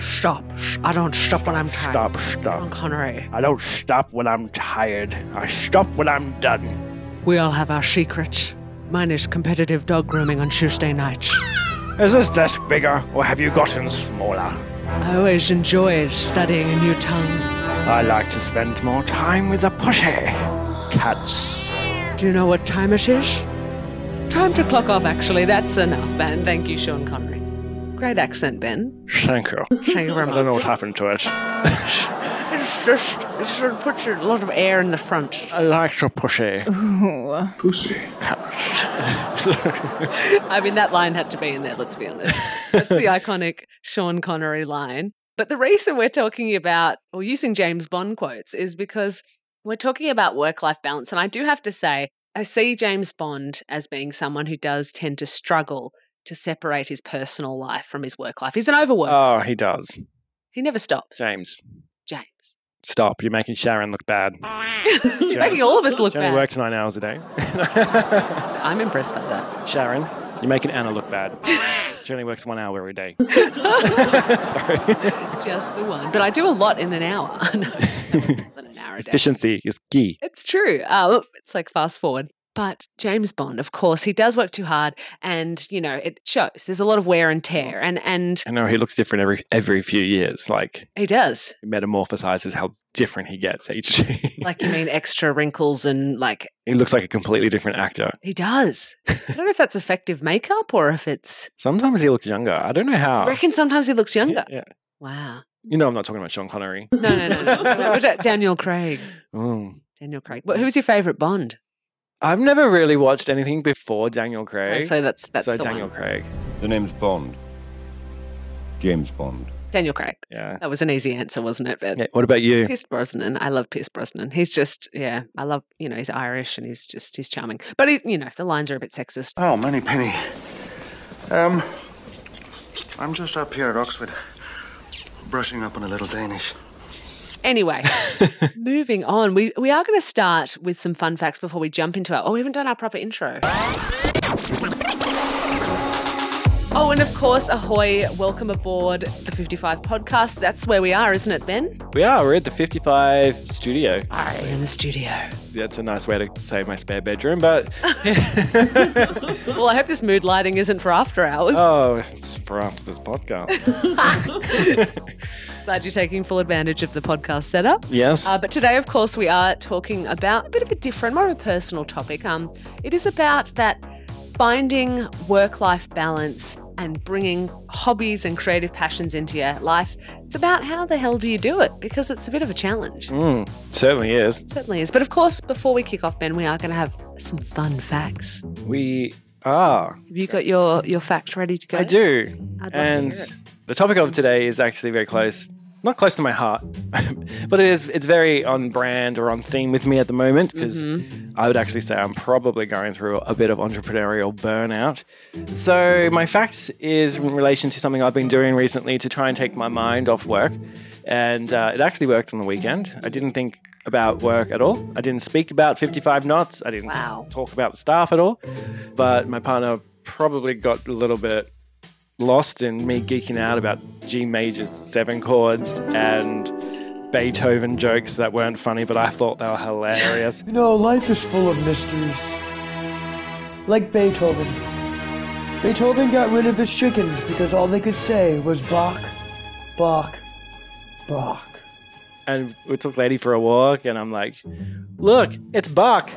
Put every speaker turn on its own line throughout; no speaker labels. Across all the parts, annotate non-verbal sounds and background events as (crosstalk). stop. Sh- I don't stop when I'm tired.
Stop,
John
stop.
Connery,
I don't stop when I'm tired. I stop when I'm done.
we all have our secrets. Mine is competitive dog grooming on Tuesday nights.
Is this desk bigger, or have you gotten smaller?
I always enjoyed studying a new tongue.
I like to spend more time with the pushy cats.
Do you know what time it is? Time to clock off, actually. That's enough. And thank you, Sean Connery. Great accent, Ben.
Thank you.
Thank you very
I
much.
don't know what happened to it.
(laughs) It's just, it sort of puts a lot of air in the front.
I like to pushy
Ooh.
Pussy.
cats. (laughs)
I mean, that line had to be in there, let's be honest. That's
(laughs)
the iconic Sean Connery line. But the reason we're talking about, or using James Bond quotes, is because we're talking about work life balance. And I do have to say, I see James Bond as being someone who does tend to struggle to separate his personal life from his work life. He's an overworker.
oh, he does.
he never stops.
James,
James.
stop. You're making Sharon look bad.
You're making all of us look
She only
bad.
works nine hours a day. (laughs)
I'm impressed by that.
Sharon, you're making Anna look bad. She only works one hour every day. (laughs) Sorry.
(laughs) Just the one. But I do a lot in an hour. (laughs) no, more than an (laughs) hour a day.
Efficiency is key.
It's true. Uh, it's like fast forward. But James Bond, of course, he does work too hard, and you know it shows. There's a lot of wear and tear, and and
I know he looks different every every few years. Like
he does.
it metamorphosizes how different he gets each. (laughs)
Like you mean extra wrinkles and like
he looks like a completely different actor.
he does. I don't know if that's effective makeup or if it's.
Sometimes he looks younger. I don't know how.
I reckon sometimes he looks younger.
Oh. Yeah, yeah.
Wow.
You know, I'm not talking about Sean Connery.
No, no, no, no. no. We're ta- Daniel Craig.
(laughs) Oh.
Daniel Craig. Well, who's your favorite Bond?
I've never really watched anything before Daniel Craig.
Oh, So that's that's
so
the
Daniel
one.
Craig.
The name's Bond. James Bond.
Daniel Craig.
Yeah.
That was an easy answer, wasn't it? But
yeah. What about you?
Pierce Brosnan. I love Pierce Brosnan. He's just, yeah, I love, you know, he's Irish and he's just, he's charming. But he's, you know, the lines are a bit sexist.
Oh, Money Penny. Um, I'm just up here at Oxford, brushing up on a little Danish.
Anyway, moving on. We we are going to start with some fun facts before we jump into our. Oh, we haven't done our proper intro. Oh, and of course, ahoy! Welcome aboard the 55 podcast. That's where we are, isn't it, Ben?
We are. We're at the 55 studio.
We're in the studio.
That's a nice way to say my spare
(laughs)
bedroom, but
Well, I hope this mood lighting isn't for after hours.
oh, it's for after
(laughs)
this podcast.
Glad you're taking full advantage of the podcast setup.
Yes.
Uh, but today, of course, we are talking about a bit of a different, more of a personal topic. Um, it is about that finding work-life balance and bringing hobbies and creative passions into your life. It's about how the hell do you do it because it's a bit of a challenge.
Mm, certainly is.
It certainly is. But of course, before we kick off, Ben, we are going to have some fun facts.
We ah. are.
Have you got your your fact ready to go?
I do.
I'd love to
And
hear it.
the topic of today is actually very close. Not close to my heart, (laughs) but it is. It's very on brand or on theme with me at the moment because
Mm-hmm.
I would actually say I'm probably going through a bit of entrepreneurial burnout. So my fact is in relation to something I've been doing recently to try and take my mind off work, and uh, it actually worked on the weekend. I didn't think about work at all. I didn't speak about 55 knots. I didn't s-
Wow.
talk about the staff at all. But my partner probably got a little bit lost in me geeking out about G major seven chords and Beethoven jokes that weren't funny, but I thought they
(laughs)
were hilarious.
You know, life is full of mysteries. Like Beethoven. Beethoven got rid of his chickens because all they could say was Bach, Bach, Bach.
and we took Lady for a walk, and I'm like, look, it's Bach.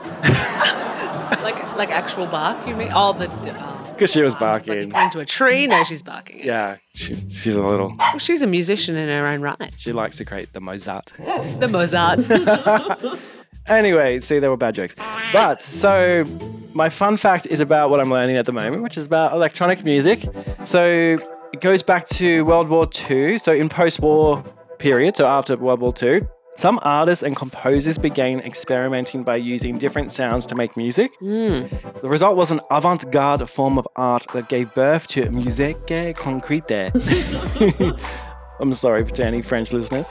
Like like actual bark? You mean? Oh, the. oh.
Because she was
I was like, you
barking.
pointing to a tree. No, she's barking.
Yeah, she, she's a little,
Well, she's a musician in her own right.
she likes to create the Mozart.
The Mozart.
Anyway, see, there were bad jokes. But so my fun fact is about what I'm learning at the moment, which is about electronic music. So it goes back to World War II. So in post-war period, so after World War II, some artists and composers began experimenting by using different sounds to make music. The result was an avant-garde form of art that gave birth to musique concrete. (laughs) I'm sorry to any French listeners.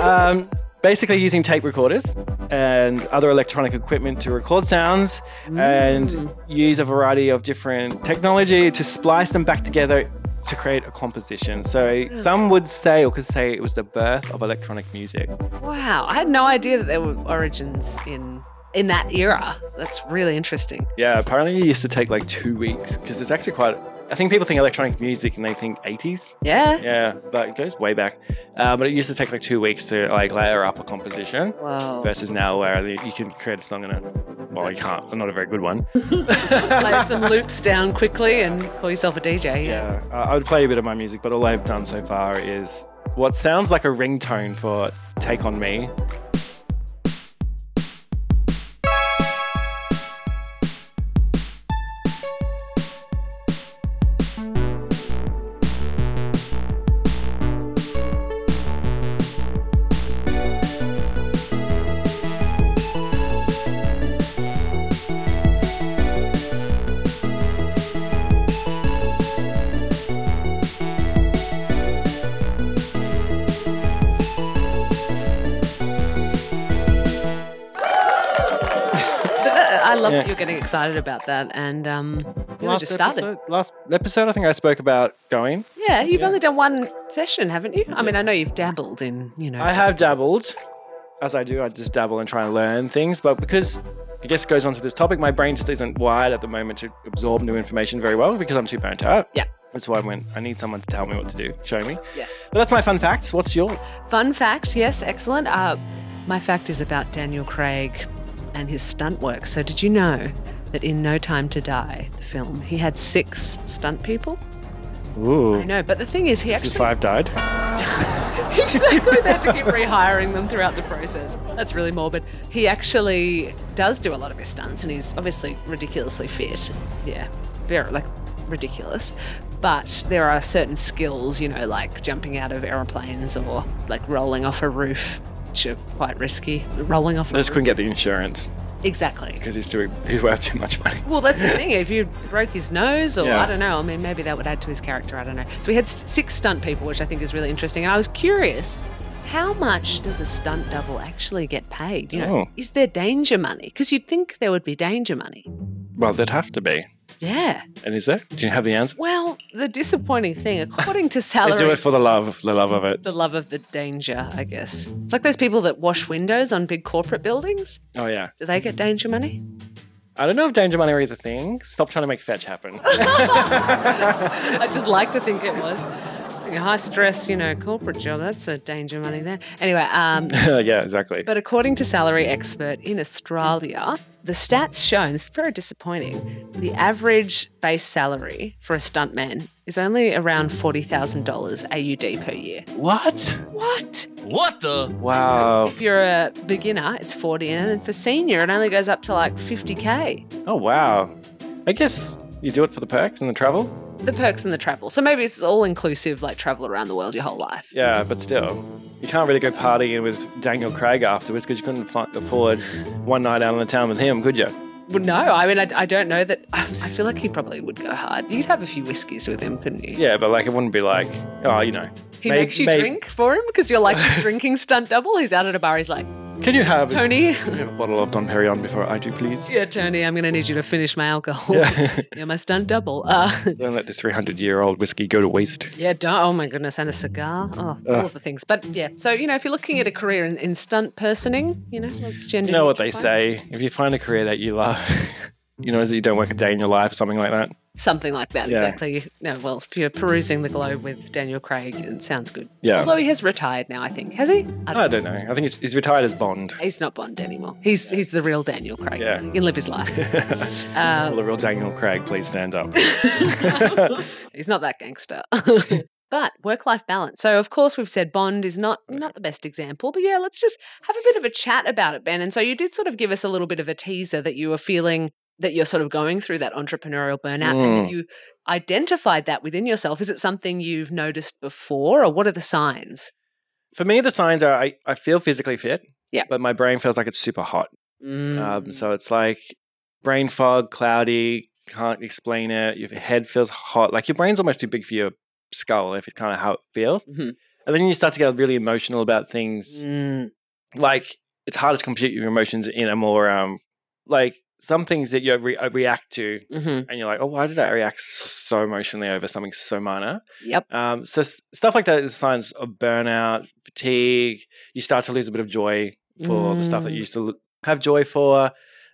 Um, basically, using tape recorders and other electronic equipment to record sounds and use a variety of different technology to splice them back together to create a composition. So some would say or could say it was the birth of electronic music.
Wow, I had no idea that there were origins in in that era. That's really interesting.
Yeah, apparently it used to take like two weeks because it's actually quite. I think people think electronic music and they think 80s.
Yeah.
Yeah, but it goes way back. Uh, but it used to take like two weeks to like layer up a composition.
Wow.
Versus now, where you can create a song in a well, you can't. Not a very good one.
Play some loops down quickly and call yourself a DJ. Yeah.
Yeah, uh, I would play a bit of my music, but all I've done so far is what sounds like a ringtone for "Take on Me."
Uh, I love
Yeah.
that you're getting excited about that. And um, you know, just started.
episode, last episode, I think I spoke about going.
Yeah, you've only done one session, haven't you? I mean, I know you've dabbled in, you know.
I have dabbled, as I do. I just dabble and try and learn things, but because I guess it goes on to this topic, my brain just isn't wired at the moment to absorb new information very well because I'm too burnt out.
Yeah.
That's why I went. I need someone to tell me what to do, show me.
yes.
But that's my fun facts. What's yours?
Fun fact, yes, excellent. Uh, my fact is about Daniel Craig and his stunt work. So, did you know that in No Time to Die, the film, he had six stunt people?
Ooh.
I know, but the thing is, he actually
five died.
(laughs) exactly they had to keep rehiring them throughout the process. That's really morbid. He actually does do a lot of his stunts, and he's obviously ridiculously fit. Yeah, very like ridiculous. But there are certain skills, you know, like jumping out of aeroplanes or like rolling off a roof, which are quite risky. Rolling off a
I just
roof.
couldn't get the insurance
Exactly.
because he's too he's worth too much money.
Well, that's the thing. If you broke his nose, or
Yeah.
I don't know, I mean, maybe that would add to his character. I don't know. So we had s- six stunt people, which I think is really interesting. And I was curious, how much does a stunt double actually get paid? You know,
Oh.
is there danger money? Because you'd think there would be danger money.
Well, there'd have to be.
Yeah.
And is there? Do you have the answer?
Well, the disappointing thing, according (laughs) to
They
salary,
do it for the love, the love of it.
the love of the danger, I guess. It's like those people that wash windows on big corporate buildings.
Oh yeah.
Do they get danger money?
I don't know if danger money is a thing. Stop trying to make
(laughs)
fetch happen. (laughs)
I just like to think it was. High stress, you know, corporate job, that's a danger money there. Anyway, um,
yeah, exactly.
but according to salary expert in Australia, the stats shown, this is very disappointing, the average base salary for a stuntman is only around $40,000 AUD per year.
what?
What?
What the?
Wow.
If you're a beginner, it's 40 and then for senior, it only goes up to like 50K.
Oh wow. I guess you do it for the perks and the travel.
The perks and the travel. So maybe it's all inclusive, like travel around the world your whole life.
Yeah, but still, you can't really go partying with Daniel Craig afterwards because you couldn't fi- afford one night out on the town with him, could you?
Well, no, I mean, I, I don't know that. I I feel like he probably would go hard. You'd have a few whiskeys with him, couldn't you?
Yeah, but like it wouldn't be like, oh, you know.
He
may-
makes you
may-
drink for him because you're like
(laughs)
a drinking stunt double. He's out at a bar. He's like,
Can you have?
Tony,
Can you have a bottle of Don Perignon before I do, please?
yeah, Tony, I'm going to need you to finish my alcohol. Yeah. (laughs) you're my stunt double. Uh,
Don't let this 300 year old whiskey go to waste.
yeah, don't. Oh my goodness, and a cigar. Oh,
Uh.
all of the things. But yeah, so you know, if you're looking at a career in, in stunt personing, you know, let's gender.
You know what they
neutral.
say if you find a career that you love, (laughs) you know, is that you don't work a day in your life or something like that.
Something like that,
Yeah.
exactly. No, well, if you're perusing the globe with Daniel Craig, it sounds good.
Yeah.
Although he has retired now, I think. Has he? I
I don't know. I think he's, he's retired as Bond. (laughs)
He's not Bond anymore. He's he's the real Daniel Craig.
Yeah.
He can live his life.
(laughs) Well, the real Daniel Craig, please stand up.
He's not that gangster. (laughs) but work-life balance. So of course we've said Bond is not not the best example, but yeah, let's just have a bit of a chat about it, Ben. And so you did sort of give us a little bit of a teaser that you were feeling that you're sort of going through that entrepreneurial burnout and
Mm.
that you identified that within yourself. Is it something you've noticed before or what are the signs?
For me, the signs are I, I feel physically fit,
Yeah.
but my brain feels like it's super hot. Um,
Mm.
so it's like brain fog, cloudy, can't explain it. Your head feels hot. Like your brain's almost too big for your skull, if it's kind of how it feels.
Mhm.
And then you start to get really emotional about things.
Mm.
like it's harder to compute your emotions in a more um like some things that you re- uh, react to
hmm
and you're like, oh, why did I react so emotionally over something so minor?
Yep.
Um, so s- stuff like that is signs of burnout, fatigue. You start to lose a bit of joy for the stuff that you
Mm.
used to l- have joy for.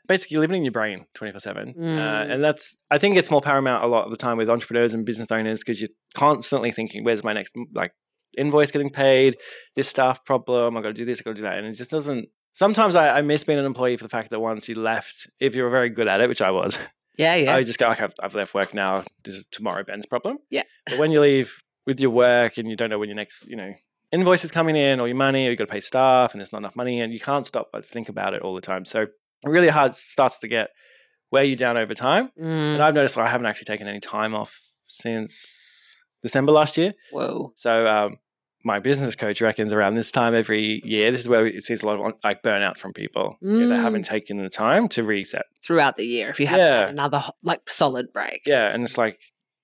Basically, you're living in your brain 24 7. Uh,
Mm.
and that's, I think it's more paramount a lot of the time with entrepreneurs and business owners because you're constantly thinking, where's my next, like, invoice getting paid, this staff problem, I gotta do this, I gotta do that. And it just doesn't, sometimes I, I miss being an employee for the fact that once you left, if you were very good at it, which I was,
Yeah, yeah.
I would just go, okay, I've- I've left work now. This is tomorrow Ben's problem.
Yeah.
But when you leave with your work and you don't know when your next, you know, invoice is coming in or your money or you got to pay staff and there's not enough money and you can't stop but think about it all the time. So it really hard starts to get wear you down over time.
Mm.
And I've noticed I haven't actually taken any time off since December last year.
Whoa.
So um, my business coach reckons around this time every year, this is where it sees a lot of like burnout from people if they
Mm.
haven't taken the time to reset.
Throughout the year, if you have
Yeah.
another ho- like solid break.
Yeah, and it's like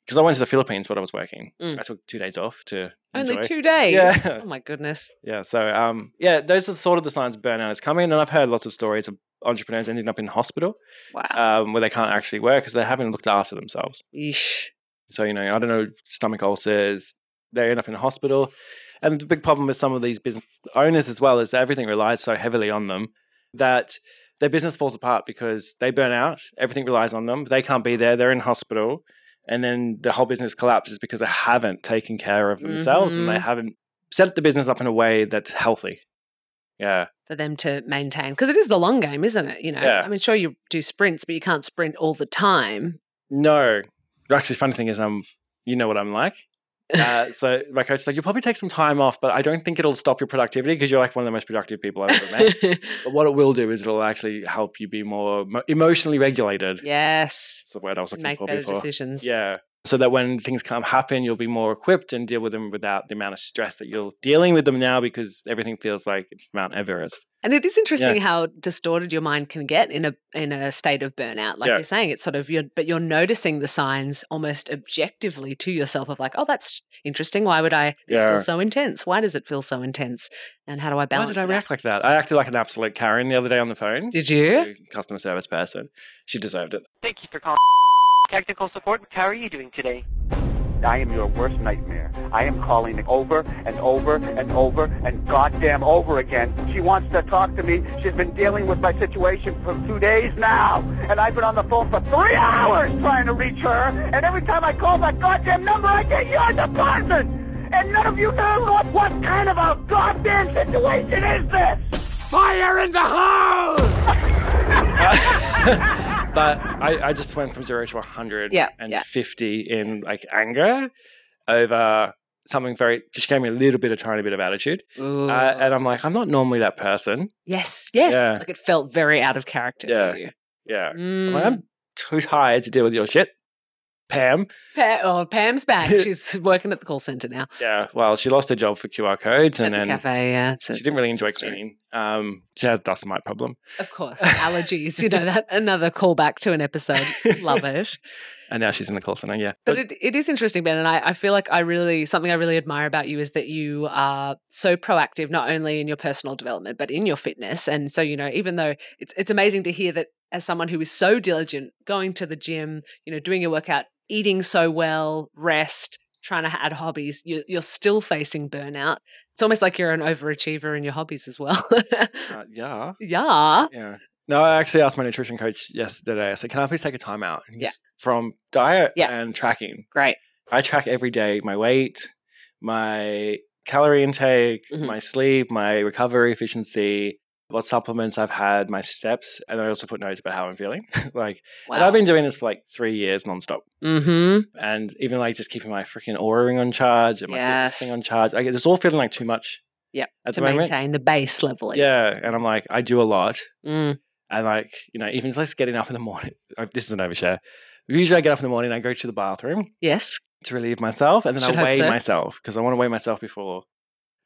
because I went to the Philippines when I was working.
Mm.
I took two days off to
Only
enjoy.
two days.
Yeah.
Oh my goodness.
Yeah, so um, yeah, those are sort of the signs burnout is coming, and I've heard lots of stories of entrepreneurs ending up in hospital
Wow.
um, where they can't actually work because they haven't looked after themselves.
Yeesh.
So you know, I don't know, stomach ulcers, they end up in hospital, and the big problem with some of these business owners as well is that everything relies so heavily on them that their business falls apart because they burn out. Everything relies on them. They can't be there. They're in hospital, and then the whole business collapses because they haven't taken care of themselves and they
Mhm.
haven't set the business up in a way that's healthy. Yeah,
For them to maintain, because it is the long game, isn't it? You know,
Yeah.
I mean, sure you do sprints, but you can't sprint all the time.
no. Actually, funny thing is, um, you know what I'm like.
(laughs)
uh, so my coach is like, you'll probably take some time off, but I don't think it'll stop your productivity because you're like one of the most productive people I've ever met.
(laughs)
but what it will do is it'll actually help you be more emo- emotionally regulated.
yes.
That's the word I was looking
Make
for
better
before.
decisions.
Yeah. So that when things come happen, you'll be more equipped and deal with them without the amount of stress that you're dealing with them now because everything feels like it's Mount Everest.
And it is interesting how distorted your mind can get in a in a state of burnout. Like
Yeah.
you're saying, it's sort of you're but you're noticing the signs almost objectively to yourself of like, oh, that's interesting. Why would I this
Yeah.
feels so intense? Why does it feel so intense? And how do I balance
Why did I
it out?
react like that? I acted like an absolute Karen the other day on the phone.
Did you?
to a Customer service person. She deserved it.
Thank you for calling technical support. How are you doing today?
I am your worst nightmare. I am calling over and over and over and goddamn over again. She wants to talk to me. She's been dealing with my situation for two days now. And I've been on the phone for three hours trying to reach her. And every time I call that goddamn number, I get your department. And none of you know what, what kind of a goddamn situation is this. Fire in the hole!
(laughs) but I, I just went from zero to 100
Yeah,
and
yeah.
50 in like anger over something very, she gave me a little bit of tiny bit of attitude.
Ooh.
Uh, and I'm like, I'm not normally that person.
yes, yes.
Yeah.
Like it felt very out of character
Yeah.
for you.
Yeah. I'm, like,
Mm.
I'm too tired to deal with your shit. Pam.
Pa- oh, Pam's
(laughs)
back. She's working at the call center now.
Yeah. Well, she lost her job for QR codes
At
and
the
then
cafe, yeah. It's-
she
it's-
didn't really
it's-
enjoy
it's true.
cleaning. Um, she had a dust mite problem.
Of course. Allergies, you know,
(laughs)
that another callback to an episode. Love it.
And now she's in the call center. Yeah.
But it, it is interesting, Ben, and I, I feel like I really something I really admire about you is that you are so proactive, not only in your personal development but in your fitness. And so you know, even though it's it's amazing to hear that as someone who is so diligent, going to the gym, you know, doing your workout, eating so well, rest, trying to add hobbies, you, you're still facing burnout. It's almost like you're an overachiever in your hobbies as well. (laughs)
uh, yeah.
yeah.
Yeah. No, I actually asked my nutrition coach yesterday. I said, "Can I please take a time out?" And he
Yeah.
goes, From diet
Yeah.
and tracking,
Great.
I track every day my weight, my calorie intake,
Mhm.
my sleep, my recovery efficiency, what supplements I've had, my steps, and I also put notes about how I'm feeling. (laughs) like, and
Wow.
I've been doing this for like three years nonstop,
mm-hmm.
and even like just keeping my freaking aura ring on charge and my fitness thing
Yes.
on charge. Like, it's all feeling like too much.
Yep,
At
To
the moment.
maintain the base level.
Yeah, and I'm like, I do a lot.
Mm.
And like, you know, even just getting up in the morning, (laughs) oh, this is an overshare. Usually I get up in the morning, I go to the bathroom
Yes.
to relieve myself and then
Should
I
hope
weigh
so.
myself because I want to weigh myself before,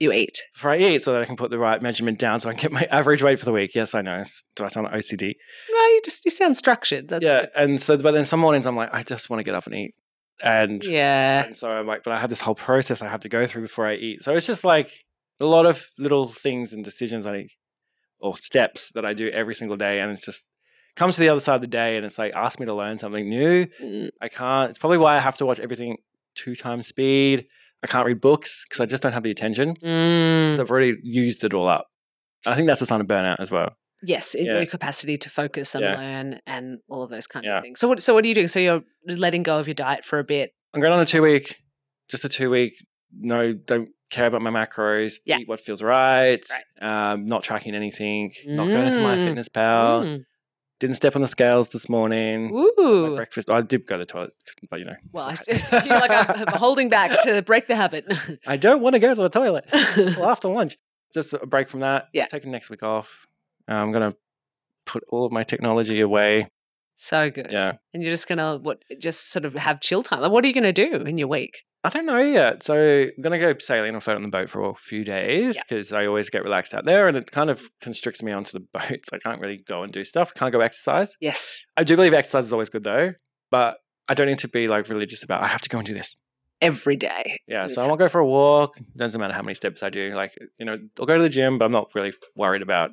You eat.
before I eat so that I can put the right measurement down so I can get my (laughs) average weight for the week. Yes, I know. it's- Do I sound like OCD?
No, you just you sound structured. That's
yeah.
good.
And so, but then some mornings I'm like, I just want to get up and eat. And,
Yeah.
and so I'm like, but I have this whole process I have to go through before I eat. So it's just like a lot of little things and decisions I, or steps that I do every single day. And it's just, comes to the other side of the day and it's like ask me to learn something new.
Mm,
I can't. It's probably why I have to watch everything two times speed. I can't read books because I just don't have the attention.
Mm.
So I've already used it all up. I think that's a sign of burnout as well.
Yes, in
Yeah.
your capacity to focus and
Yeah.
learn and all of those kinds
Yeah.
of things. So what so what are you doing? So you're letting go of your diet for a bit.
I'm going on a two week, just a two week. No, don't care about my macros.
Yeah.
Eat what feels right. Um, not tracking anything. Not going into my
Mm.
fitness pal.
Mm.
Didn't step on the scales this morning. Uh, mm. My
Ooh.
breakfast. I did go to the toilet, but you know.
Well, I,
it's
(laughs) you're like I'm, I'm holding back to break the
(laughs)
habit.
I don't want to go to
(laughs)
the toilet until after lunch. Just a break from that.
Yeah.
Take the next week off. Uh, I'm gonna put all of my technology away.
so good.
Yeah.
And you're just gonna what just sort of have chill time. Like, what are you gonna do in your week?
I don't know yet. So I'm gonna go sailing and float on the boat for a few days
Yeah.
because I always get relaxed out there, and it kind of constricts me onto the (laughs) boats. I can't really go and do stuff. Can't go exercise.
Yes.
I do believe exercise is always good though, but I don't need to be like religious about. I have to go and do this.
Every day.
Yeah,
This
so I won't go
helps.
for a walk. Doesn't matter how many steps I do. Like you know, I'll go to the gym, but I'm not really worried about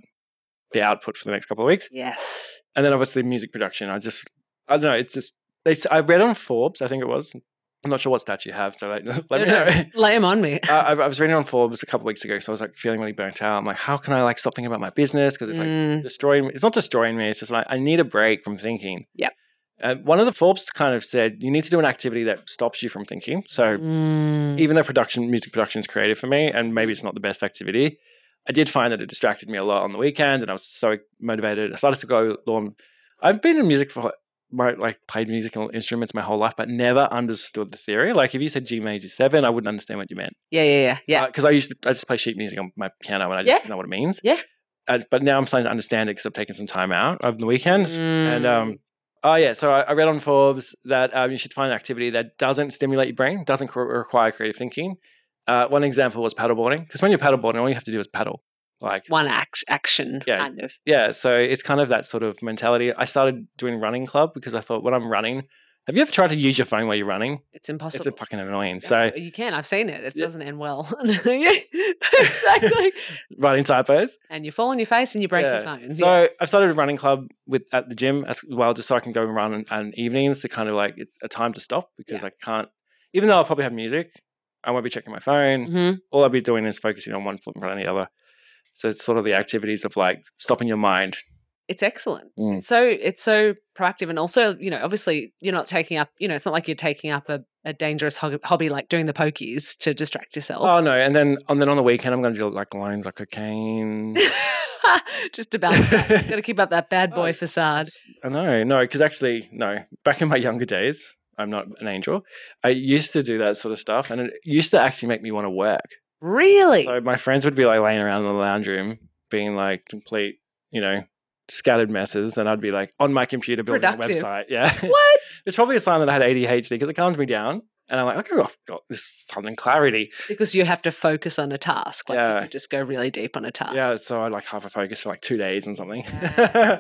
the output for the next couple of weeks.
Yes.
and then obviously music production. I just, I don't know. It's just they. s- I read on Forbes, I think it was. I'm not sure what stats you have, so like, (laughs) let me
No,
know.
no, Lay 'em on me.
I, Uh, I I was reading on Forbes a couple weeks ago, so I was like feeling really burnt out. I'm like, how can I like stop thinking about my business because it's like
Mm,
destroying me. It's not destroying me. It's just like I need a break from thinking.
Yep.
Uh, one of the Forbes kind of said you need to do an activity that stops you from thinking. So
mm.
even though production, music production is creative for me, and maybe it's not the best activity, I did find that it distracted me a lot on the weekend, and I was so motivated. I started to go lawn. I've been in music for my like played musical instruments my whole life, but never understood the theory. Like if you said G major seven, I wouldn't understand what you meant.
Yeah, yeah, yeah. Yeah.
because Uh, I used to, I just play sheet music on my piano, and I just
Yeah.
know what it means.
Yeah.
Uh, but now I'm starting to understand it because I've taken some time out over the weekend. And
Mm.
um, oh yeah, so I, I read on Forbes that um, you should find an activity that doesn't stimulate your brain, doesn't cr- require creative thinking. Uh, one example was paddleboarding, because when you're paddleboarding, all you have to do is paddle. Like,
it's one act- action
Yeah.
kind of.
yeah, so it's kind of that sort of mentality. I started doing running club because I thought when I'm running, have you ever tried to use your phone while you're running?
It's impossible.
It's fucking annoying.
Yeah,
So
you can. I've seen it. It
Yeah.
doesn't end well. (laughs) Yeah,
(laughs)
exactly.
running typos.
and you fall on your face and you break your
Yeah.
phone.
So
yeah.
I've started a running club with at the gym as well, just so I can go and run on, on evenings to kind of like it's a time to stop because I can't. Even though I'll probably have music, I won't be checking my phone.
Mhm.
All I'll be doing is focusing on one foot in front of the other. So it's sort of the activities of like stopping your mind.
it's excellent.
Mm.
It's so it's so proactive, and also you know, obviously you're not taking up. You know, it's not like you're taking up a, a dangerous hob- hobby like doing the pokies to distract
Oh
yourself.
no! And then and then on the weekend, I'm going to do like lines like cocaine.
(laughs) Just to
(laughs)
balance. Got to keep up that bad boy
Oh,
facade.
I know, no, because actually, no. Back in my younger days, I'm not an angel. I used to do that sort of stuff, and it used to actually make me want to work.
Really?
So (laughs) my friends would be like laying around in the lounge room, being like complete, you know, scattered messes, and I'd be like on my computer building
Productive.
a website. Yeah, (laughs)
what?
it's probably a sign that I had ADHD because it calmed me down, and I'm like, okay, I've got this sudden clarity.
Because you have to focus on a task. Like
Yeah.
you could just go really deep on a task.
Yeah, so I like half a focus for like two days and something. (laughs)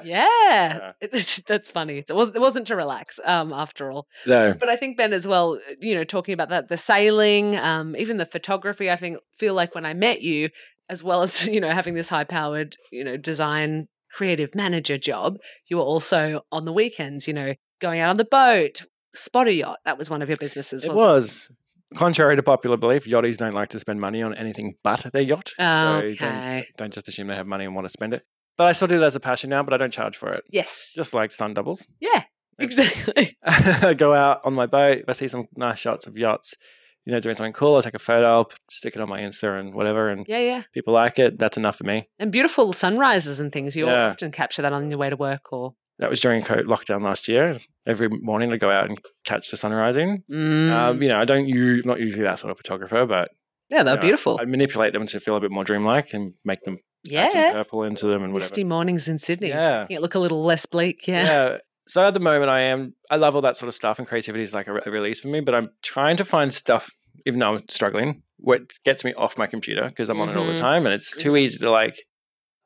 Yeah, It's- that's funny. It was it wasn't to relax, um, after all.
no,
But I think Ben as well. uh, You know, talking about that, the sailing, um, even the photography. I think feel like when I met you, as well as (laughs) you know having this high powered you know design creative manager job, you were also on the weekends. You know, going out on the boat, spot a yacht. That was one of your businesses.
it
Wasn't
was. Contrary to popular belief, yachties don't like to spend money on anything but their yacht.
Ah, Okay.
So don't, don't just assume they have money and want to spend it. But I still do that as a passion now, but I don't charge for it.
yes. (laughs)
Just like stunt doubles.
yeah. Exactly.
I (laughs) go out on my boat. If I see some nice shots of yachts, you know, doing something cool, I'll take a photo, I'll p- stick it on my Insta and whatever. And
Yeah, yeah.
people like it. That's enough for me.
And beautiful sunrises and things. You
Yeah.
often capture that on your way to work or
That was during co- lockdown last year. Every morning I go out and catch the sun rising. Um,
Mm.
you know, I don't, you not usually that sort of photographer, but
yeah, they're
yeah,
beautiful.
I manipulate them to feel a bit more dreamlike and make them add some
yeah.
purple into them and whatever.
Misty mornings in Sydney.
Yeah.
Making It look a little less bleak. Yeah.
yeah. So at the moment, I am. I love all that sort of stuff, and creativity is like a, re- a release for me. But I'm trying to find stuff, even though I'm struggling, what gets me off my computer because I'm on it all the
Mhm.
time, and it's too easy to like.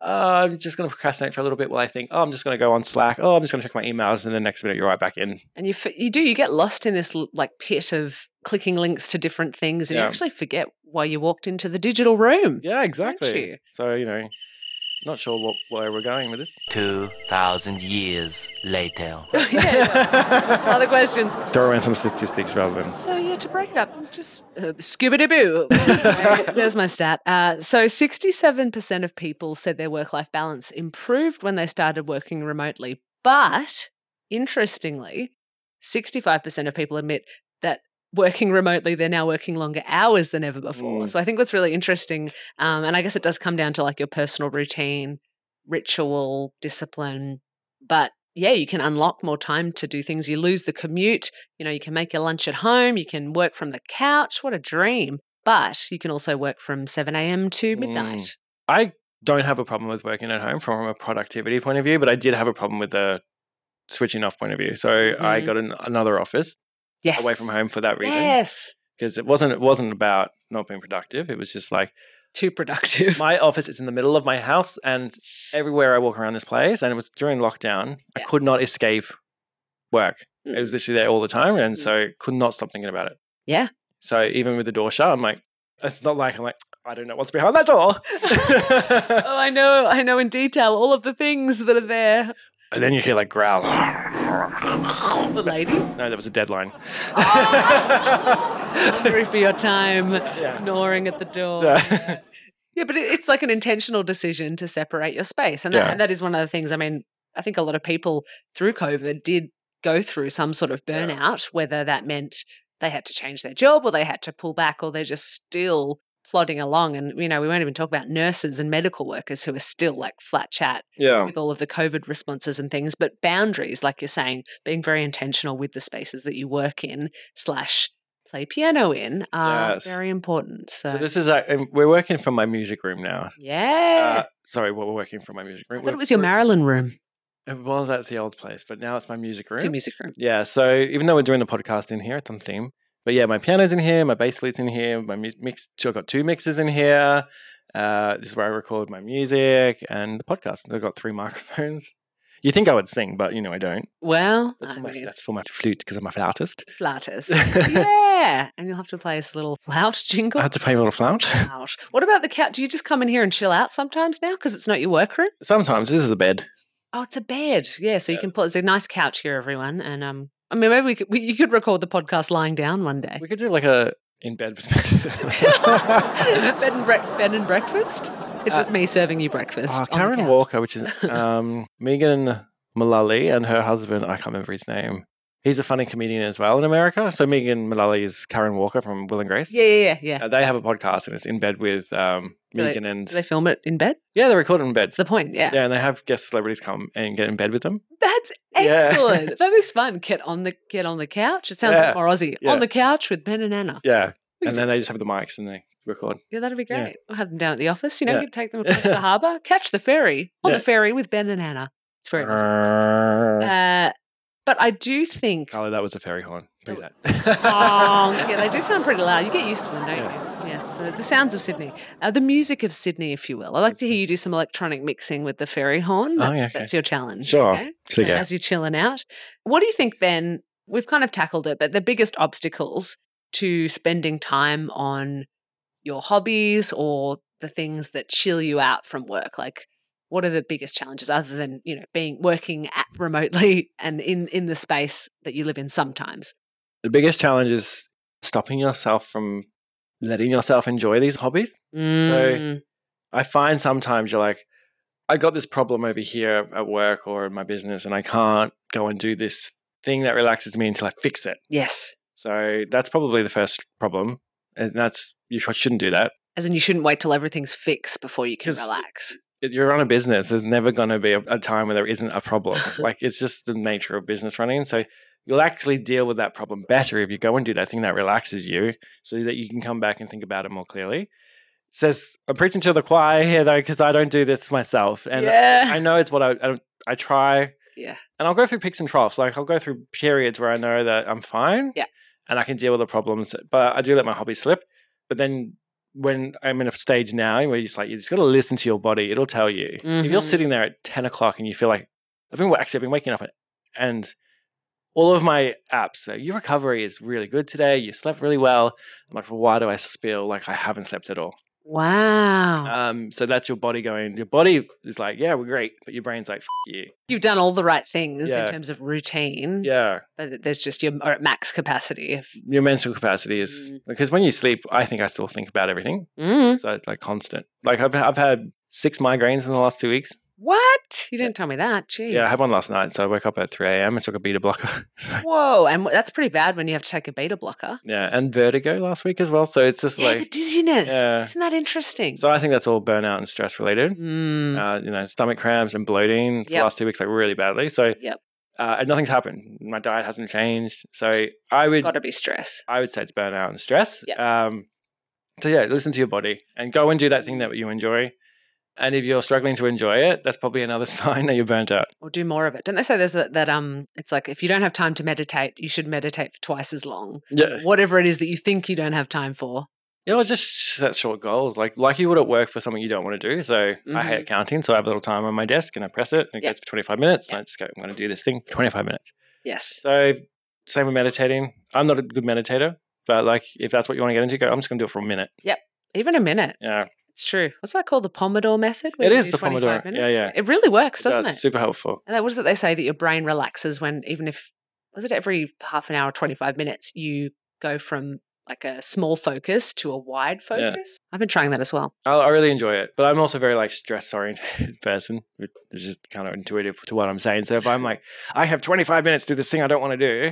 Oh, I'm just going to procrastinate for a little bit while I think. Oh, I'm just going to go on Slack. Oh, I'm just going to check my emails, and the next minute you're right back in.
And you f- you do you get lost in this l- like pit of clicking links to different things, and you
Yeah.
actually forget why you walked into the digital room.
Yeah, exactly.
you?
So you know, Not sure what, where we're going with this.
2,000 years later.
(laughs)
(laughs)
Other questions.
Throw in some statistics rather than.
So yeah, to break it up, just uh, skibbity boo. (laughs) There's my stat. Uh, so 67% of people said their work-life balance improved when they started working remotely, but interestingly, 65% of people admit that working remotely they're now working longer hours than ever before. So I think that's really interesting, um, and I guess it does come down to like your personal routine, ritual, discipline, but. Yeah, you can unlock more time to do things. You lose the commute. You know, you can make your lunch at home, you can work from the couch. What a dream. But you can also work from 7 a.m. to
Mm.
midnight.
I don't have a problem with working at home from a productivity point of view, but I did have a problem with the switching off point of view. So I
Mhm.
got an, another office
Yes.
away from home for that reason
Yes.
because it wasn't it wasn't about not being productive. It was just like
Too productive.
my office is in the middle of my house and everywhere I walk around this place and it was during lockdown, I
Yeah. Hmm.
could not escape work. It was literally there all the time and
Mm.
so could not stop thinking about it.
Yeah.
So even with the door shut, I'm like it's not like I'm like I don't know what's behind that door.
oh, I know, I know in detail all of the things that are there.
(laughs) and then you hear like growl.
The lady,
No, that was a deadline. (laughs)
hungry for your time,
Yeah.
gnawing at the
(laughs)
door.
Yeah.
Yeah, but it, it's like an intentional decision to separate your space, and that,
Yeah.
and that is one of the things. I mean, I think a lot of people through COVID did go through some sort of
Yeah.
burnout, whether that meant they had to change their job or they had to pull back or they're just still plodding along. And you know, we won't even talk about nurses and medical workers who are still like flat chat
yeah.
with all of the COVID responses and things, but boundaries, like you're saying, being very intentional with the spaces that you work in slash play piano in are
Yes.
very important. So,
So this is like, and we're working from my music room now. Uh,
yeah.
sorry, we're we're working from my music room.
I thought
We're-
it was your
we're-
Maryland room.
It was at the old place, but now it's my music room.
It's your music room.
Yeah. So even though we're doing the podcast in here, it's on theme. But yeah, my piano's in here, my bass lead's in here, my mu- mix. so I've got two mixers in here. Uh, this is where I record my music and the podcast. I've got three (laughs) microphones. You think I would sing, but you know I don't.
Well,
That's
I
for my
mean,
that's for my flute because I'm a flautist. (laughs)
flautist. yeah. And you'll have to play us a little (laughs) flout jingle.
I have to play a little flout.
Flout. What about the couch? Do you just come in here and chill out sometimes now because it's not your workroom?
Sometimes this is a bed.
Oh, it's a bed. Yeah, so you can pull. There's a nice couch here, everyone. And um, I mean, maybe we could, we, you could record the podcast lying down one day.
We could do like a in bed perspective.
(laughs) bed, and brec- bed and breakfast. It's (laughs)
Uh,
just me serving you breakfast.
Oh,
on the
Karen
couch.
Walker, which is
(laughs)
um, Megan Mullally and her husband, I can't remember his name. He's a funny comedian as well in America. So Megan Mullally is Karen Walker from Will and Grace.
Yeah, yeah, yeah. yeah.
Uh, they have a podcast and it's in bed with um,
Do they-
Megan and
Do they film it in bed?
yeah, they record in bed.
That's the point. Yeah,
Yeah, and they have guest celebrities come and get in bed with them.
that's
Yeah.
excellent.
(laughs)
that is fun. Get on the get on the couch. It sounds
Yeah.
like more Aussie.
Yeah.
On the couch with Ben and Anna.
Yeah,
We
and
do-
then they just have the mics and they record.
Yeah, that'd be great.
Yeah.
We'll have them down at the office. You know,
Yeah.
you can take them
(laughs)
across the harbour, catch the ferry on
Yeah.
the ferry with Ben and Anna. It's very nice.
Carly,
Uh, but I do think.
that was a fairy horn. Please that.
Oh,
(laughs)
yeah, they do sound pretty loud. You get used to them, don't
Yeah.
you? Yeah, it's the, the sounds of Sydney, uh, the music of Sydney, if you will. I like to hear you do some electronic mixing with the ferry horn.
Oh,
That's,
yeah, okay.
that's your challenge.
Sure.
okay?
So,
So
yeah.
As you're chilling out, what do you think, Ben? We've kind of tackled it, but the biggest obstacles to spending time on your hobbies or the things that chill you out from work, like. What are the biggest challenges other than you know being working at remotely and in in the space that you live in sometimes?
The biggest challenge is stopping yourself from letting yourself enjoy these hobbies.
Mm.
I find sometimes you're like, I got this problem over here at work or in my business, and I can't go and do this thing that relaxes me until I fix it.
Yes.
So that's probably the first problem. And that's, you sh- shouldn't do that.
As in, you shouldn't wait till everything's fixed before you can
'Cause-
relax.
If you're on a business, there's never going to be a, a time where there isn't a problem. like it's just the nature of business running. So you'll actually deal with that problem better if you go and do that thing that relaxes you so that you can come back and think about it more clearly. Says, I'm preaching to the choir here though, because I don't do this myself. And uh,
yeah.
I know it's what I, I don't- I try.
Yeah.
And I'll go through peaks and troughs. Like I'll go through periods where I know that I'm fine.
Yeah.
And I can deal with the problems, but I do let my hobby slip. But then when I'm in a stage now where you just like you just got to listen to your body, it'll tell you. If you're
Mhm.
sitting there at ten o'clock and you feel like I've been actually I've been waking up and, and all of my apps, so your recovery is really good today. You slept really well. I'm like, why do I feel like I haven't slept at all?
Wow.
Um, so that's your body going. Your body is like, yeah, we're great, but your brain's like, F- you.
You've done all the right things
Yeah.
in terms of routine,
Yeah,
but there's just you're at max capacity. If,
your mental capacity is because when you sleep, I think I still think about everything.
Mm.
So it's like constant. Like I've I've had six migraines in the last two weeks.
What? You didn't tell me that. Jeez.
Yeah, I had one last night. So I woke up at three a.m. and took a beta blocker. (laughs)
Whoa, and wh- that's pretty bad when you have to take a beta blocker.
yeah, and vertigo last week as well. So it's just
Yeah, the
like.
dizziness.
yeah.
Isn't that interesting?
So I think that's all burnout and stress related.
Mm.
uh, you know, stomach cramps and bloating for the
Yep.
last two weeks, like really badly. So,
Yep.
uh, and nothing's happened. My diet hasn't changed. So I would,
Got to be stress.
I would say it's burnout and stress.
Yep.
Um, so yeah, listen to your body and go and do that thing that you enjoy. And if you're struggling to enjoy it, that's probably another (laughs) sign that you're burnt out.
Or do more of it. Don't they say there's that, that um? It's like if you don't have time to meditate, you should meditate for twice as long.
Yeah.
Whatever it is that you think you don't have time for.
You know, just set short goals, like like you would at work for something you don't want to do. So I
Mm-hmm.
hate counting, so I have a little time on my desk and I press it and it
Yep.
goes for 25 minutes. And
Yep.
I just go, I'm going to do this thing for 25 minutes.
Yes.
So same with meditating. I'm not a good meditator, but like if that's what you want to get into, go. I'm just gonna do it for a minute.
Even a minute.
Yeah,
It's true. What's that called? The Pomodoro method?
It
you
is
do
the
25
Pomodoro. Yeah, yeah.
It really works, doesn't
that's
it?
super helpful.
And that, what is it they say that your brain relaxes when, even if, was it every half an hour, 25 minutes, you go from like a small focus to a wide focus? I've been trying that as well.
I, I really enjoy it, but I'm also very like stress oriented (laughs) person, which is just kind of intuitive to what I'm saying. So if I'm like, I have 25 minutes to do this thing I don't want to do,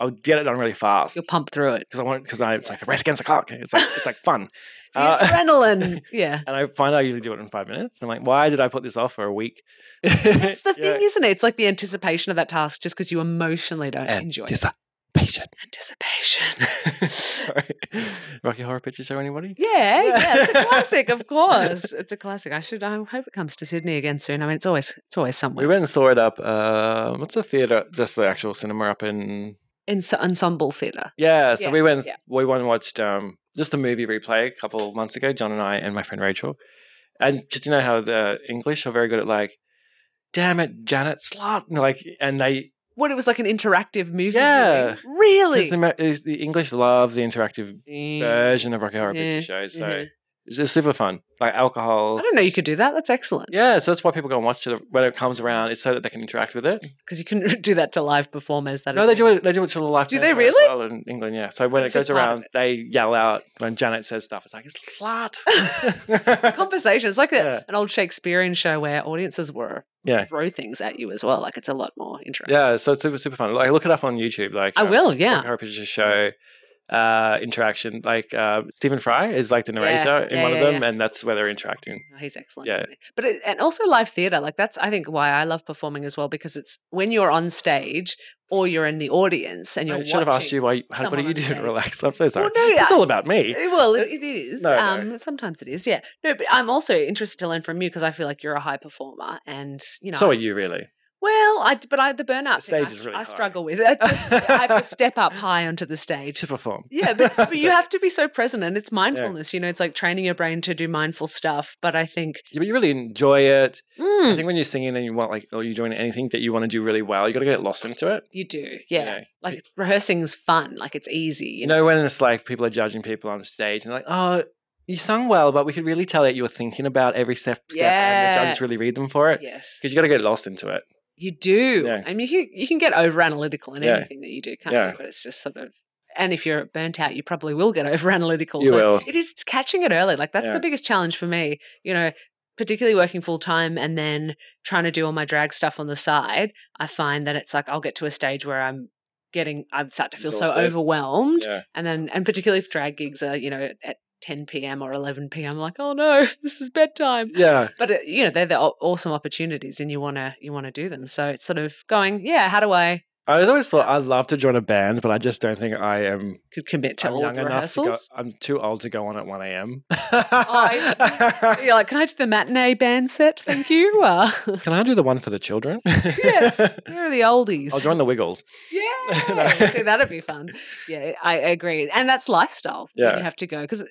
I'll get it done really fast
You'll pump through it.
because I want because I it's like a race against the clock. It's like it's like
(laughs)
fun.
The
Uh, (laughs)
adrenaline. Yeah.
and I find I usually do it in five minutes. I'm like, why did I put this off for a week? (laughs)
That's the thing, isn't it? It's like the anticipation of that task just because you emotionally don't enjoy it.
Anticipation.
Anticipation.
(laughs) Sorry. Rocky Horror Picture Show, anybody? (laughs)
Yeah,
Yeah.
yeah, it's a classic, of course. It's a classic. I should. I hope it comes to Sydney again soon. I mean, it's always it's always
We
somewhere.
went and saw it up. Uh, what's the theater? Just the actual cinema up in.
In so- ensemble theatre.
Yeah, so
Yeah,
we went.
yeah.
We went and watched um, just the movie replay a couple months ago. John and I and my friend Rachel, and just you know how the English are very good at like, damn it, Janet Slot, and like, and they
What it was like an interactive movie.
Yeah.
viewing? really.
'cause the, Amer- is- the English love the interactive
Mm.
version of Rocky Horror
Yeah,
Picture Show, so
mhm.
it's just super fun. Like alcohol.
I don't know. You could do that. That's excellent
Yeah, so that's why people go and watch it when it comes around. It's so that they can interact with it.
because you couldn't (laughs) do that to live performers. That
No, they do
(laughs)
it. They do it to the live.
Do
band
they
there as
really?
well in England, yeah. So when
It's
it
just
goes
part of
around,
it.
they yell out when Janet says stuff. It's like it's a slut.
(laughs) Conversation. It's like a,
Yeah.
an old Shakespearean show where audiences were
Yeah.
throw things at you as well. Like it's a lot more interactive.
yeah, so it's super super fun. Like look it up on YouTube. Like
I
um,
will. Yeah.
Horror Picture Show uh, interaction. Like uh, Stephen Fry is like the narrator in
yeah,
one of
yeah,
them,
yeah.
and that's where they're interacting.
No, Oh, he's excellent.
Yeah.
isn't he? But it, and also live theater, like that's I think why I love performing as well because it's when you're on stage or you're in the audience and
I
you're
should have asked
watching-
you why. you- How, what
someone
are
on
you doing to
stage.
relax? I'm so sorry.
no,
it's
I-
all about me.
Eh, Well, it, it is.
Uh, No, no.
um, Sometimes it is, yeah. No, but I'm also interested to learn from you because I feel like you're a high performer, and you know.
So are you really?
well, I but I the burnout
The
thing, I,
stage is
str-
really
I
high.
struggle with. It's, it's, I have to step
(laughs)
up high onto the stage.
To perform.
Yeah, but, but
(laughs)
you have to be so present, and it's mindfulness. You know, it's like training your brain to do mindful stuff. But I think
Yeah, but you really enjoy it. I
mm,
think when you're singing and you want like, or you're doing anything that you want to do really well, you got to get lost into it.
you do,
you
yeah.
know.
like it's, rehearsing's fun like it's easy you
You
know
know, when it's like people are judging people on stage and like, oh, you sung well, but we could really tell that you were thinking about every step, step and the
Yeah.
judges really read them for it.
yes
Because you got to get lost into it.
you do
Yeah.
i mean you, you can get over analytical in
Yeah.
anything that you do can't
Yeah.
you but it's just sort of and if you're burnt out you probably will get (laughs) over analytical
You will.
it is it's catching it early like that's
Yeah.
the biggest challenge for me you know particularly working full time and then trying to do all my drag stuff on the side i find that it's like i'll get to a stage where i'm getting i start to feel so
Exhausted.
overwhelmed
Yeah.
and then and particularly if drag gigs are you know at 10 p.m or 11 p.m like oh no (laughs) this is bedtime
Yeah.
but it, you know they're the au- awesome opportunities and you want to you want to do them so it's sort of going yeah how do i
I was always thought I'd love to join a band, but I just don't think I am
could commit to
I'm
all
young
the
enough to go.
rehearsals
I'm too old to go on at 1 a.m.
you're like can (laughs) i do the matinee band set thank you uh, (laughs)
Can I do the one for the children?
Yeah. where are the oldies
(laughs) I'll join the Wiggles.
(laughs)
(laughs)
yeah see that'd be fun yeah i agree and that's lifestyle that
Yeah.
you have to go because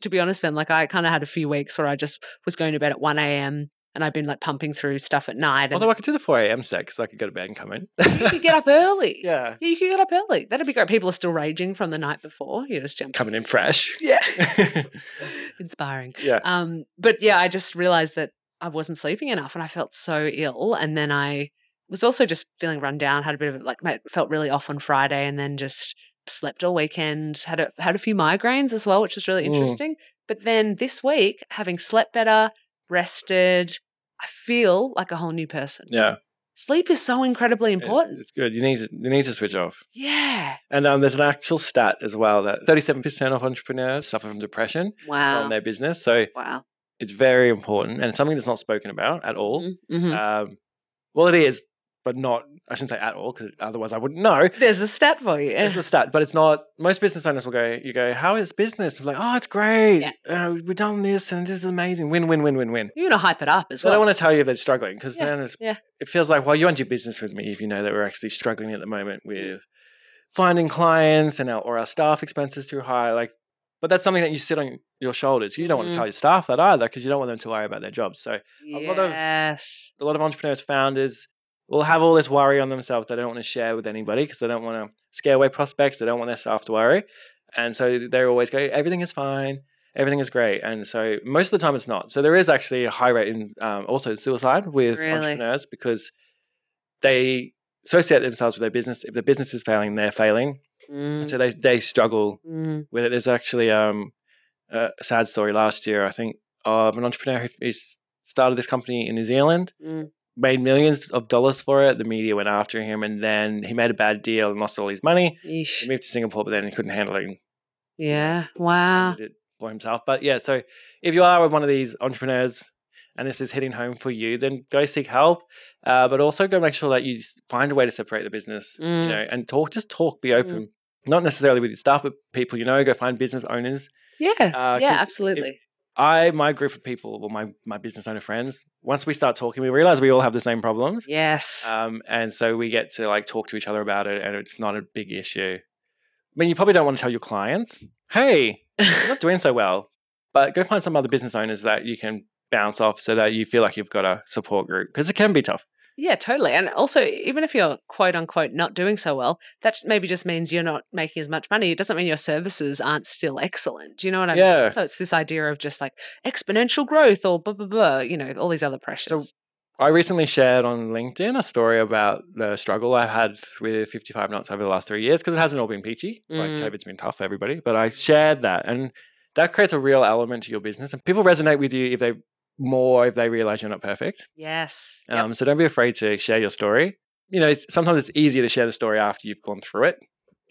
to be honest ben like i kind of had a few weeks where i just was going to bed at 1 a.m and I've been like pumping through stuff at night. And
Although I could do the 4 a.m. set because I could go to bed and come in.
(laughs) you could get up early.
(laughs) yeah.
Yeah, you could get up early. That'd be great. People are still raging from the night before. You just jump.
Coming in fresh.
(laughs)
(laughs)
Yeah. Inspiring.
yeah.
Um, but yeah, I just realized that I wasn't sleeping enough and I felt so ill. And then I was also just feeling run down, had a bit of like, my- felt really off on Friday and then just slept all weekend, had a, had a few migraines as well, which was really
Mm.
interesting. But then this week, having slept better, rested, I feel like a whole new person.
Yeah.
Sleep is so incredibly
It's-
important.
It's, good. You need to, you need to switch off.
yeah.
And um, there's an actual stat as well that 37% of entrepreneurs suffer from depression
Wow.
from their business. So
Wow.
it's very important and it's something that's not spoken about at all.
Mhm.
Um, well, it is, but not. I shouldn't say at all because otherwise I wouldn't know.
There's a stat for you. (laughs)
It's a stat, but it's not. Most business owners will go. You go. How is business? I'm like, oh, it's great.
Yeah.
Uh, we've done this, and this is amazing. Win, win, win, win, win.
You're going to hype it up as
So I
well.
don't want to tell you they're struggling because
Yeah,
then it's,
yeah.
it feels like, well, you won't do business with me if you know that we're actually struggling at the moment
Mm-hmm.
with finding clients and our or our staff expenses too high. Like, but that's something that you sit on your shoulders. You don't want to
Mhm.
tell your staff that either because you don't want them to worry about their jobs. So a lot of-
yes.
a lot of entrepreneurs, founders will have all this worry on themselves they don't want to share with anybody because they don't want to scare away prospects. They don't want their staff to worry. And so they always go, everything is fine. Everything is great. And so most of the time it's not. So there is actually a high rate in um, also suicide with
Really?
entrepreneurs because they associate themselves with their business. If the business is failing, they're failing. And so they, they struggle
Mm.
with it. There's actually um, a sad story last year, I think, of an entrepreneur who who s- started this company in New Zealand,
Mm.
made millions of dollars for it. The media went after him, and then he made a bad deal and lost all his money.
Yeesh.
He moved to Singapore, but then he couldn't handle it and
Yeah. Wow.
did it for himself. But yeah, so if you are one of these entrepreneurs, and this is hitting home for you, then go seek help. Uh, but also go make sure that you s- find a way to separate the business you
Mm.
know, and talk, just talk, be open. Not necessarily with your staff, but people you know. Go find business owners
Yeah.
Uh, 'cause
yeah.
if-
Absolutely.
I, my group of people, well, my, my business owner friends, once we start talking, we realize we all have the same problems.
yes.
Um, and so we get to like talk to each other about it and it's not a big issue. I mean, you probably don't want to tell your clients, hey, you're
(laughs)
not doing so well, but go find some other business owners that you can bounce off so that you feel like you've got a support group because it can be tough.
yeah. Totally. And also, even if you're quote unquote not doing so well, that just- maybe just means you're not making as much money. It doesn't mean your services aren't still excellent. Do you know what I
Yeah.
mean? So it's this idea of just like exponential growth or blah blah blah. You know, all these other pressures.
I recently shared on LinkedIn a story about the struggle I've had with 55 knots over the last three years because it hasn't all been peachy. Like
Mm.
COVID's been tough for everybody, but I shared that and that creates a real element to your business. And people resonate with you if they more if they realize you're not perfect.
yes. Yep.
Um, so don't be afraid to share your story. You know, it's, sometimes it's easier to share the story after you've gone through it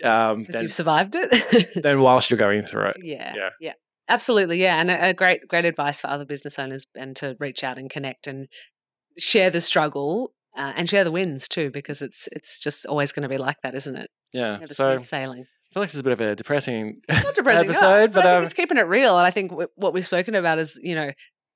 um,
Because
than,
you've survived it. (laughs)
than whilst you're going through it.
yeah.
Yeah.
Yeah. Absolutely. Yeah. And a, a great, great advice for other business owners and to reach out and connect and share the struggle uh, and share the wins too, because it's it's just always going to be like that, isn't it? It's
Yeah,
Never
so-
smooth
(laughs)
sailing.
I feel like this is a bit of a depressing
Not depressing. no,
episode,
but
but
I
um,
think it's keeping it real. And I think w- what we've spoken about is, you know,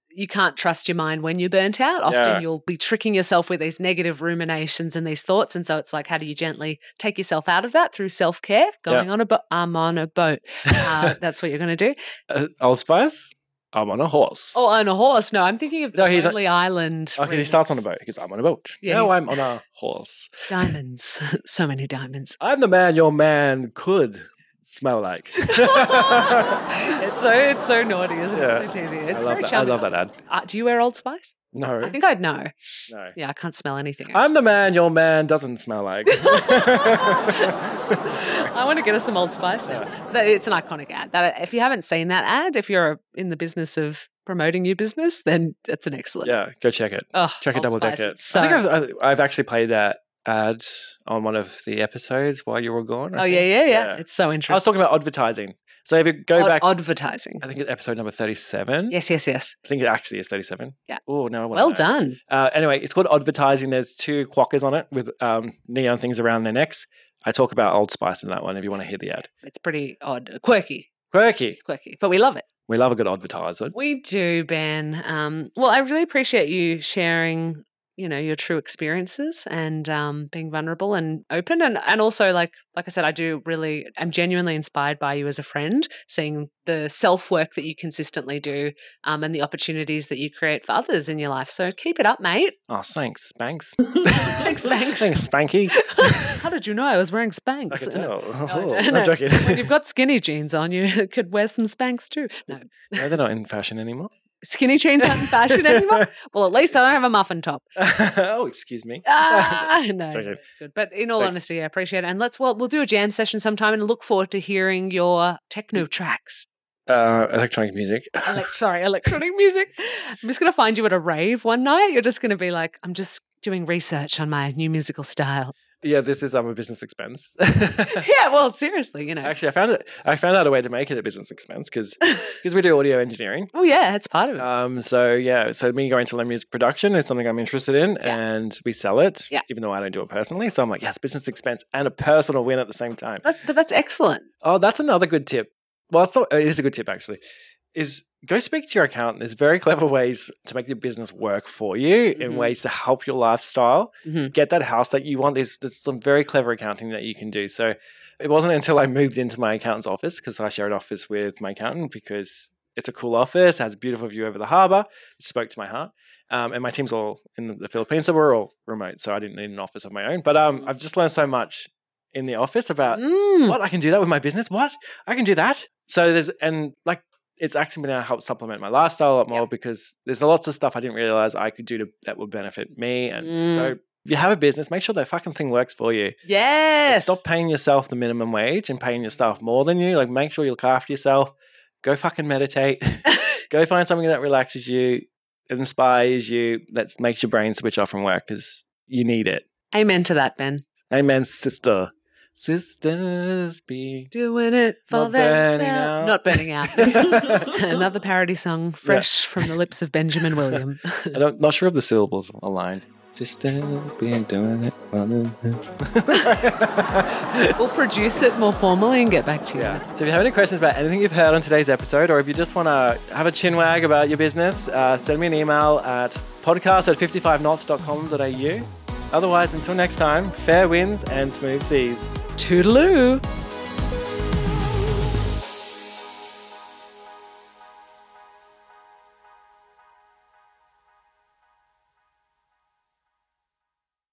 you can't trust your mind when you're burnt out. Often
Yeah.
you'll be tricking yourself with these negative ruminations and these thoughts. And so it's like, how do you gently take yourself out of that through self care? Going on a boat. I'm on a boat. Uh,
(laughs)
that's what you're going to do.
uh, Old Spice, I'm on a horse.
Oh, on a horse? No, I'm thinking of the
No, he's on-
Lonely Island.
Okay, he
remix.
starts on a boat. He goes, I'm on a boat.
Yeah,
no,
he's-
I'm on a horse.
Diamonds, (laughs) so many
(laughs)
diamonds.
I'm the man your man could smell like. (laughs) I
It's so it's so naughty, isn't
Yeah.
it? So cheesy. It's
love
very
that. I
charming.
love that ad.
Uh, do you wear Old Spice?
No.
I think I'd know.
no.
Yeah, I can't smell anything. (laughs)
I'm the man your man doesn't smell like.
I want to get us some Old Spice now. That- It's an iconic ad. That if you haven't seen that ad, if you're in the business of promoting your business, then that's an excellent.
yeah, go check it.
Oh,
Check it,
Old
double deck
Spice,
it.
it's So,
I think I've, I've- I've actually played that ad on one of the episodes while you were gone. I
oh yeah,
think.
yeah, yeah,
Yeah.
It's so
I was
interesting.
talking about advertising. So if you go
Ad-
back,
advertising.
I think it's episode number 37.
Yes, yes, yes.
I think it actually is 37.
Yeah.
Oh, no. I want
Well
that.
done.
Uh, anyway, it's called advertising. There's two quackers on it with um, neon things around their necks. I talk about Old Spice in that one if you want to hear the ad.
It's pretty odd, quirky.
Quirky.
It's quirky, but we love it.
We love a good advertiser.
We do, Ben. Um, well, I really appreciate you sharing you know your true experiences and um, being vulnerable and open and and also like like I said I do really am genuinely inspired by you as a friend seeing the self work that you consistently do um, and the opportunities that you create for others in your life so keep it up mate (laughs)
Oh, thanks, Spanks. (laughs)
thanks Spanks
Thanks,
(laughs)
Spanky.
how did you know I was wearing (laughs)
I
Spanks
can tell.
I
Oh,
don't know.
I'm joking.
when you've got skinny jeans on you (laughs) could wear some Spanks too no
(laughs) no, they're not in fashion anymore. (laughs)
skinny jeans aren't in fashion anymore well at least I don't have a muffin top
oh, excuse me. (laughs)
ah, no,
Joking.
it's good. But in all
Thanks.
honesty, I appreciate it. And let's well, we'll do a jam session sometime, and look forward to hearing your
Mm.
techno tracks.
Uh, electronic music. (laughs)
Elec- sorry, electronic music. I'm just gonna find you at a rave one night. You're just gonna be like, I'm just doing research on my new musical style. (laughs)
Yeah, this is um, a business expense. (laughs)
yeah, well, seriously, you know.
Actually, I found it. I found out a way to make it a business
(laughs)
expense because we do audio engineering.
oh yeah, it's part of it.
Um, so yeah, so me going to learn music production is something I'm interested in,
Yeah.
and we sell it.
Yeah.
Even though I don't do it personally, so I'm like, yes, business expense and a personal win at the same time.
that's, but that's excellent.
Oh, that's another good tip. Well, it's not, it is a good tip actually. Is go speak to your accountant. There's very clever ways to make your business work for you
Mhm.
in ways to help your lifestyle.
Mhm.
Get that house that you want. There's, there's some very clever accounting that you can do. So it wasn't until I moved into my accountant's office because I share an office with my accountant because it's a cool office, has a beautiful view over the harbour. It spoke to my heart. Um, and my team's all in the Philippines, so we're all remote. So I didn't need an office of my own. But um, I've just learned so much in the office about
Mm.
uh, what I can do that with my business. What I can do that. So there's and like it's actually been able to help supplement my lifestyle a lot more because there's lots of stuff I didn't realize I could do to, that would benefit me. And so if you have a business, make sure that fucking thing works for you. And
Yes.
Stop paying yourself the minimum wage and paying your staff more than you. Like make sure you look after yourself. Go fucking meditate. (laughs) Go find something that relaxes you, inspires you, that makes your brain switch off from work because you need it.
Amen to that, Ben.
Amen, sister. Sisters be
Doing it for
Not burning
themselves.
out.
Not burning out.
(laughs)
Another parody song, fresh from the lips of Benjamin William.
I don't, not sure if the syllables are aligned. Just being doing it.
We'll produce it more formally and get back to you.
yeah. So if you have any questions about anything you've heard on today's episode, or if you just want to have a chin wag about your business, uh, send me an email at podcast at 55knots.com.au. Otherwise, until next time, fair winds and smooth seas.
Toodaloo.